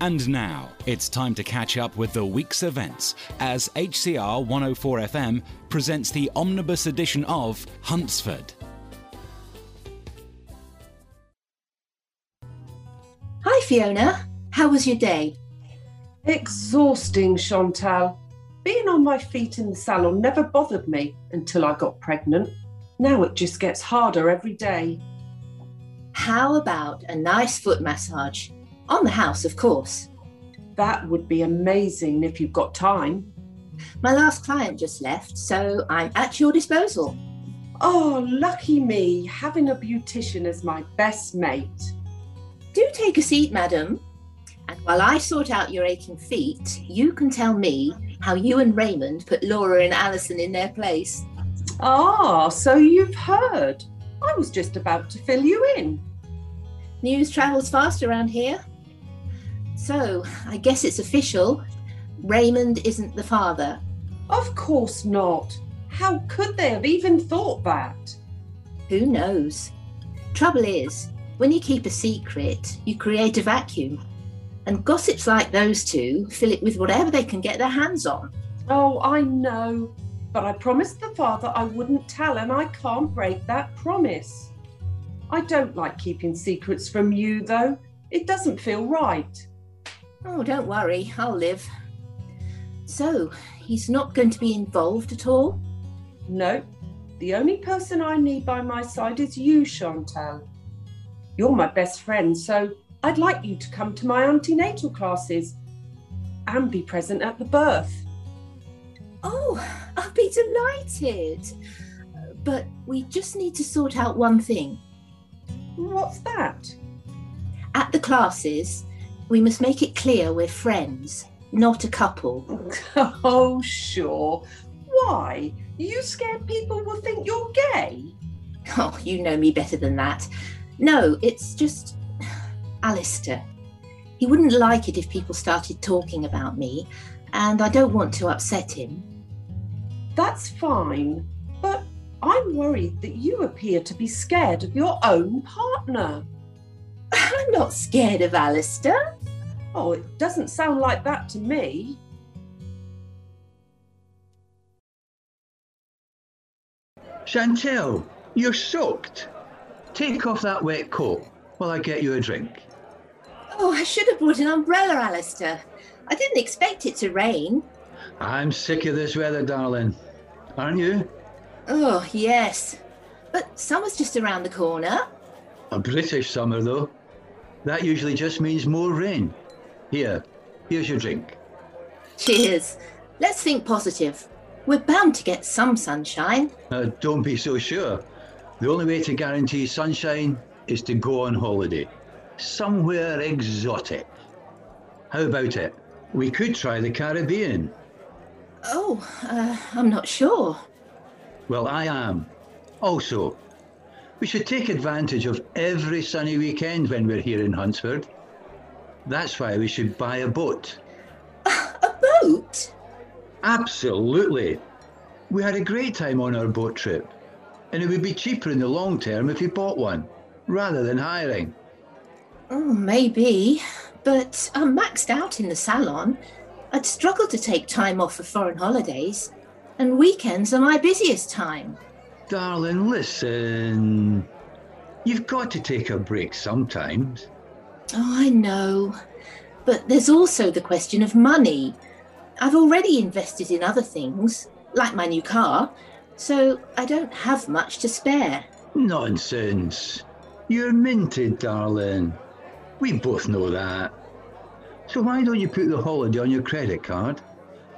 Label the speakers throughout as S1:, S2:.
S1: And now it's time to catch up with the week's events as HCR 104 FM presents the omnibus edition of Huntsford.
S2: Hi, Fiona. How was your day?
S3: Exhausting, Chantal. Being on my feet in the salon never bothered me until I got pregnant. Now it just gets harder every day.
S2: How about a nice foot massage? On the house, of course.
S3: That would be amazing if you've got time.
S2: My last client just left, so I'm at your disposal.
S3: Oh, lucky me, having a beautician as my best mate.
S2: Do take a seat, madam. And while I sort out your aching feet, you can tell me how you and Raymond put Laura and Alison in their place.
S3: Ah, so you've heard. I was just about to fill you in.
S2: News travels fast around here. So I guess it's official. Raymond isn't the father.
S3: Of course not. How could they have even thought that?
S2: Who knows? Trouble is, when you keep a secret, you create a vacuum. And gossips like those two fill it with whatever they can get their hands on.
S3: Oh, I know. But I promised the father I wouldn't tell, and I can't break that promise. I don't like keeping secrets from you, though. It doesn't feel right.
S2: Oh, don't worry, I'll live. So, he's not going to be involved at all?
S3: No, the only person I need by my side is you, Chantal. You're my best friend, so I'd like you to come to my antenatal classes and be present at the birth.
S2: Oh, I'll be delighted. But we just need to sort out one thing.
S3: What's that?
S2: At the classes, we must make it clear we're friends, not a couple.
S3: Oh, sure. Why? You scared people will think you're gay?
S2: Oh, you know me better than that. No, it's just Alistair. He wouldn't like it if people started talking about me, and I don't want to upset him.
S3: That's fine, but I'm worried that you appear to be scared of your own partner.
S2: I'm not scared of Alistair.
S3: Oh, it doesn't sound like that to me.
S4: Chantel, you're soaked. Take off that wet coat while I get you a drink.
S2: Oh, I should have brought an umbrella, Alistair. I didn't expect it to rain.
S4: I'm sick of this weather, darling. Aren't you?
S2: Oh, yes. But summer's just around the corner.
S4: A British summer, though. That usually just means more rain. Here, here's your drink.
S2: Cheers. Let's think positive. We're bound to get some sunshine.
S4: Now, don't be so sure. The only way to guarantee sunshine is to go on holiday. Somewhere exotic. How about it? We could try the Caribbean.
S2: Oh, uh, I'm not sure.
S4: Well, I am. Also, we should take advantage of every sunny weekend when we're here in Huntsford. That's why we should buy a boat.
S2: A boat?
S4: Absolutely. We had a great time on our boat trip, and it would be cheaper in the long term if we bought one rather than hiring.
S2: Oh, maybe. But I'm maxed out in the salon. I'd struggle to take time off for foreign holidays, and weekends are my busiest time.
S4: Darling, listen. You've got to take a break sometimes.
S2: Oh, I know. But there's also the question of money. I've already invested in other things, like my new car, so I don't have much to spare.
S4: Nonsense. You're minted, darling. We both know that. So why don't you put the holiday on your credit card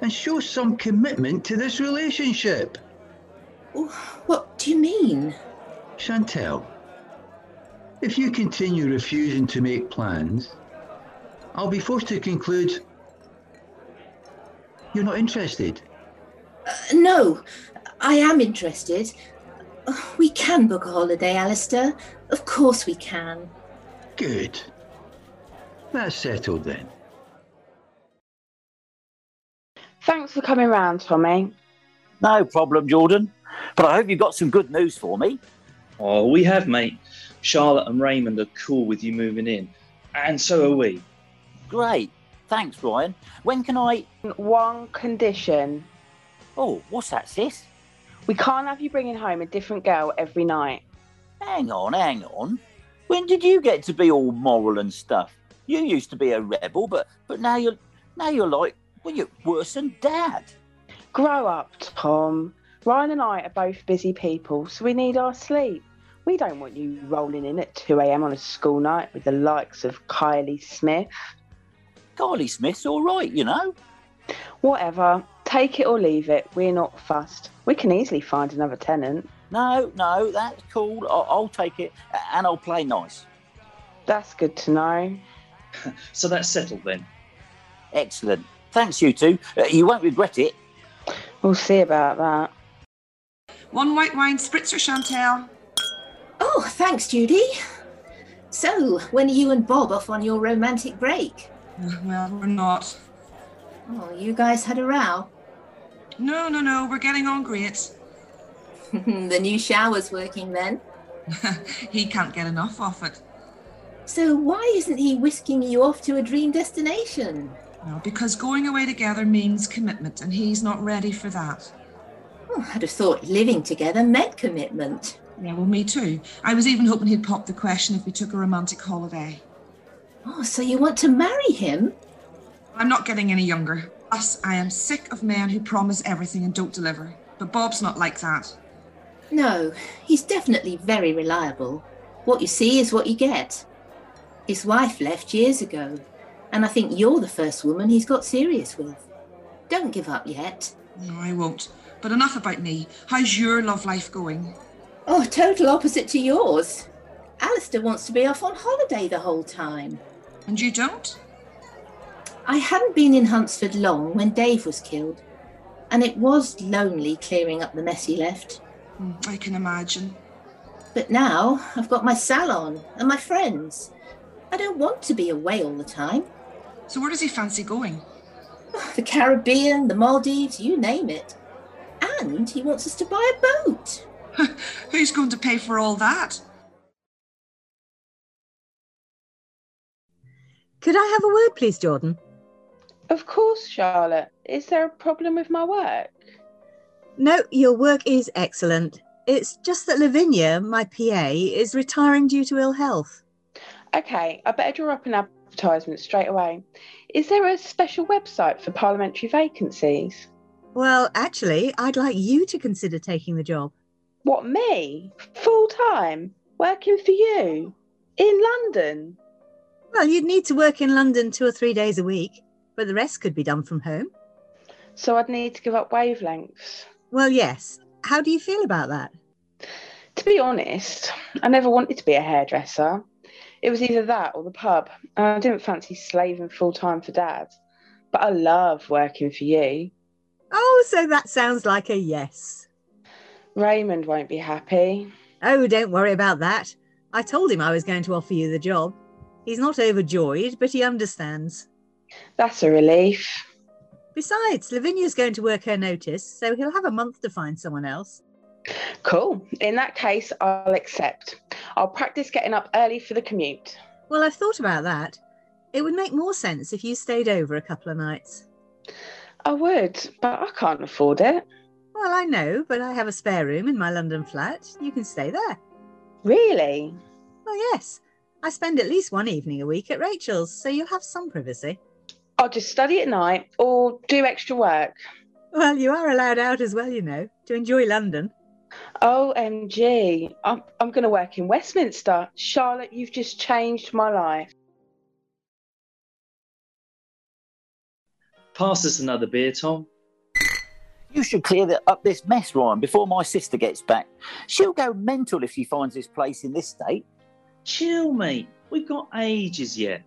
S4: and show some commitment to this relationship?
S2: Oh, What do you mean?
S4: Chantel, if you continue refusing to make plans, I'll be forced to conclude you're not interested.
S2: No, I am interested. Oh, We can book a holiday, Alistair. Of course we can.
S4: Good. That's settled then.
S5: Thanks for coming round, Tommy.
S6: No problem, Jordan. But I hope you've got some good news for me.
S7: Oh, we have, mate. Charlotte and Raymond are cool with you moving in, and so are we.
S6: great. Thanks, Ryan. When can I?
S5: One condition.
S6: Oh, what's that, sis?
S5: We can't have you bringing home a different girl every night.
S6: Hang on, hang on. When did you get to be all moral and stuff? You used to be a rebel, but but now you're now you're like well, you're worse than dad.
S5: Grow up, Tom. Ryan and I are both busy people, so we need our sleep. We don't want you rolling in at 2 a.m. on a school night with the likes of Kylie Smith.
S6: Carly Smith's all right, you know.
S5: Whatever. Take it or leave it. We're not fussed. We can easily find another tenant.
S6: No, no, that's cool. I'll, I'll take it a- and I'll play nice.
S5: That's good to know.
S7: So that's settled then.
S6: Excellent. Thanks, you two. Uh, you won't regret it.
S5: We'll see about that.
S3: One white wine spritzer, Chantel.
S2: Oh, thanks, Judy. So, when are you and Bob off on your romantic break?
S3: Well, we're not.
S2: Oh, you guys had a row.
S3: No, no, no, we're getting on great.
S2: the new shower's working then.
S3: he can't get enough of it.
S2: So, why isn't he whisking you off to a dream destination?
S3: No, because going away together means commitment, and he's not ready for that.
S2: Oh, I'd have thought living together meant commitment.
S3: Yeah, well, me too. I was even hoping he'd pop the question if we took a romantic holiday.
S2: Oh, so you want to marry him?
S3: I'm not getting any younger. Plus, I am sick of men who promise everything and don't deliver. But Bob's not like that.
S2: No, he's definitely very reliable. What you see is what you get. His wife left years ago, and I think you're the first woman he's got serious with. Don't give up yet.
S3: No, I won't. But enough about me. How's your love life going?
S2: Oh, total opposite to yours. Alistair wants to be off on holiday the whole time.
S3: And you don't?
S2: I hadn't been in Huntsford long when Dave was killed, and it was lonely clearing up the mess he left.
S3: Mm, I can imagine.
S2: But now I've got my salon and my friends. I don't want to be away all the time.
S3: So where does he fancy going?
S2: The Caribbean, the Maldives, you name it. And he wants us to buy a boat.
S3: Who's going to pay for all that?
S8: Could I have a word, please, Jordan?
S5: Of course, Charlotte. Is there a problem with my work?
S8: No, your work is excellent. It's just that Lavinia, my PA, is retiring due to ill health.
S5: Okay, I better draw up an advertisement straight away. Is there a special website for parliamentary vacancies?
S8: Well, actually, I'd like you to consider taking the job.
S5: What, me? Full time? Working for you? In London?
S8: Well, you'd need to work in London two or three days a week, but the rest could be done from home.
S5: So I'd need to give up wavelengths.
S8: Well, yes. How do you feel about that?
S5: To be honest, I never wanted to be a hairdresser. It was either that or the pub, and I didn't fancy slaving full time for dad. But I love working for you.
S8: Oh, so that sounds like a yes.
S5: Raymond won't be happy.
S8: Oh, don't worry about that. I told him I was going to offer you the job. He's not overjoyed, but he understands.
S5: That's a relief.
S8: Besides, Lavinia's going to work her notice, so he'll have a month to find someone else.
S5: Cool. In that case, I'll accept. I'll practice getting up early for the commute.
S8: Well, I've thought about that. It would make more sense if you stayed over a couple of nights.
S5: I would, but I can't afford it.
S8: Well, I know, but I have a spare room in my London flat. You can stay there.
S5: Really?
S8: Well, yes. I spend at least one evening a week at Rachel's, so you'll have some privacy.
S5: I'll just study at night or do extra work.
S8: Well, you are allowed out as well, you know, to enjoy London.
S5: OMG, I'm, I'm going to work in Westminster. Charlotte, you've just changed my life.
S7: Pass us another beer, Tom.
S6: You should clear the, up this mess, Ryan, before my sister gets back. She'll go mental if she finds this place in this state.
S7: Chill, mate. We've got ages yet.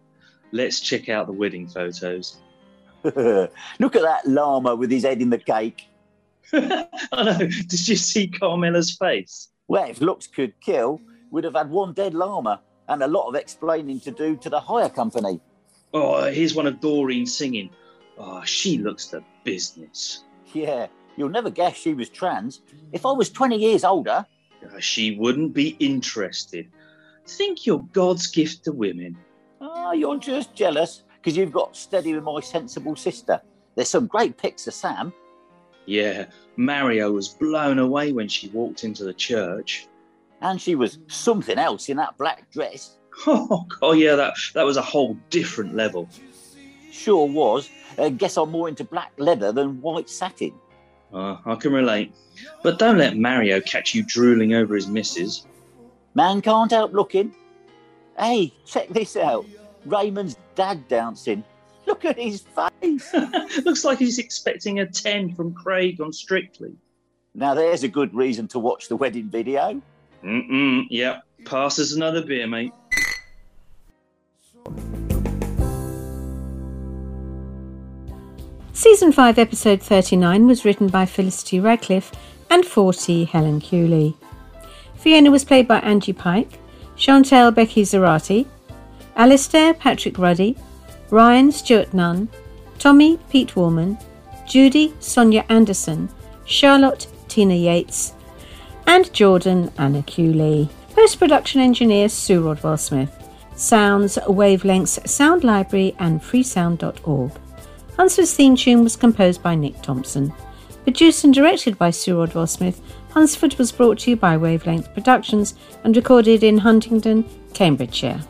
S7: Let's check out the wedding photos.
S6: Look at that llama with his head in the cake.
S7: I know. Did you see Carmela's face?
S6: Well, if looks could kill, we'd have had one dead llama and a lot of explaining to do to the hire company.
S7: Oh, here's one of Doreen singing. Oh, she looks the business.
S6: Yeah, you'll never guess she was trans. If I was 20 years older,
S7: Uh, She wouldn't be interested. Think you're God's gift to women.
S6: ah, you're just jealous because you've got Steady with My Sensible Sister. There's some great pics of Sam.
S7: Yeah, Mario was blown away when she walked into the church.
S6: And she was something else in that black dress.
S7: Oh, God, yeah, that, that was a whole different level.
S6: Sure was. Uh, guess I'm more into black leather than white satin.
S7: Uh, I can relate. But don't let Mario catch you drooling over his missus.
S6: Man can't help looking. Hey, check this out. Raymond's dad dancing. Look at his face.
S7: Looks like he's expecting a 10 from Craig on Strictly.
S6: Now there's a good reason to watch the wedding video.
S7: Mm-mm, yep. Pass us another beer, mate.
S5: Season 5, episode 39 was written by Felicity Radcliffe and 40 Helen Cooley. Fiona was played by Angie Pike, Chantelle Becky Zarati, Alastair Patrick Ruddy, Ryan Stewart Nunn, Tommy Pete Warman, Judy Sonia Anderson, Charlotte Tina Yates, and Jordan Anna Cooley. Post production engineer Sue Rodwell Smith. Sounds, Wavelengths, Sound Library, and freesound.org. Huntsford's theme tune was composed by Nick Thompson. Produced and directed by Sue Rodwell Smith, Hunsford was brought to you by Wavelength Productions and recorded in Huntingdon, Cambridgeshire.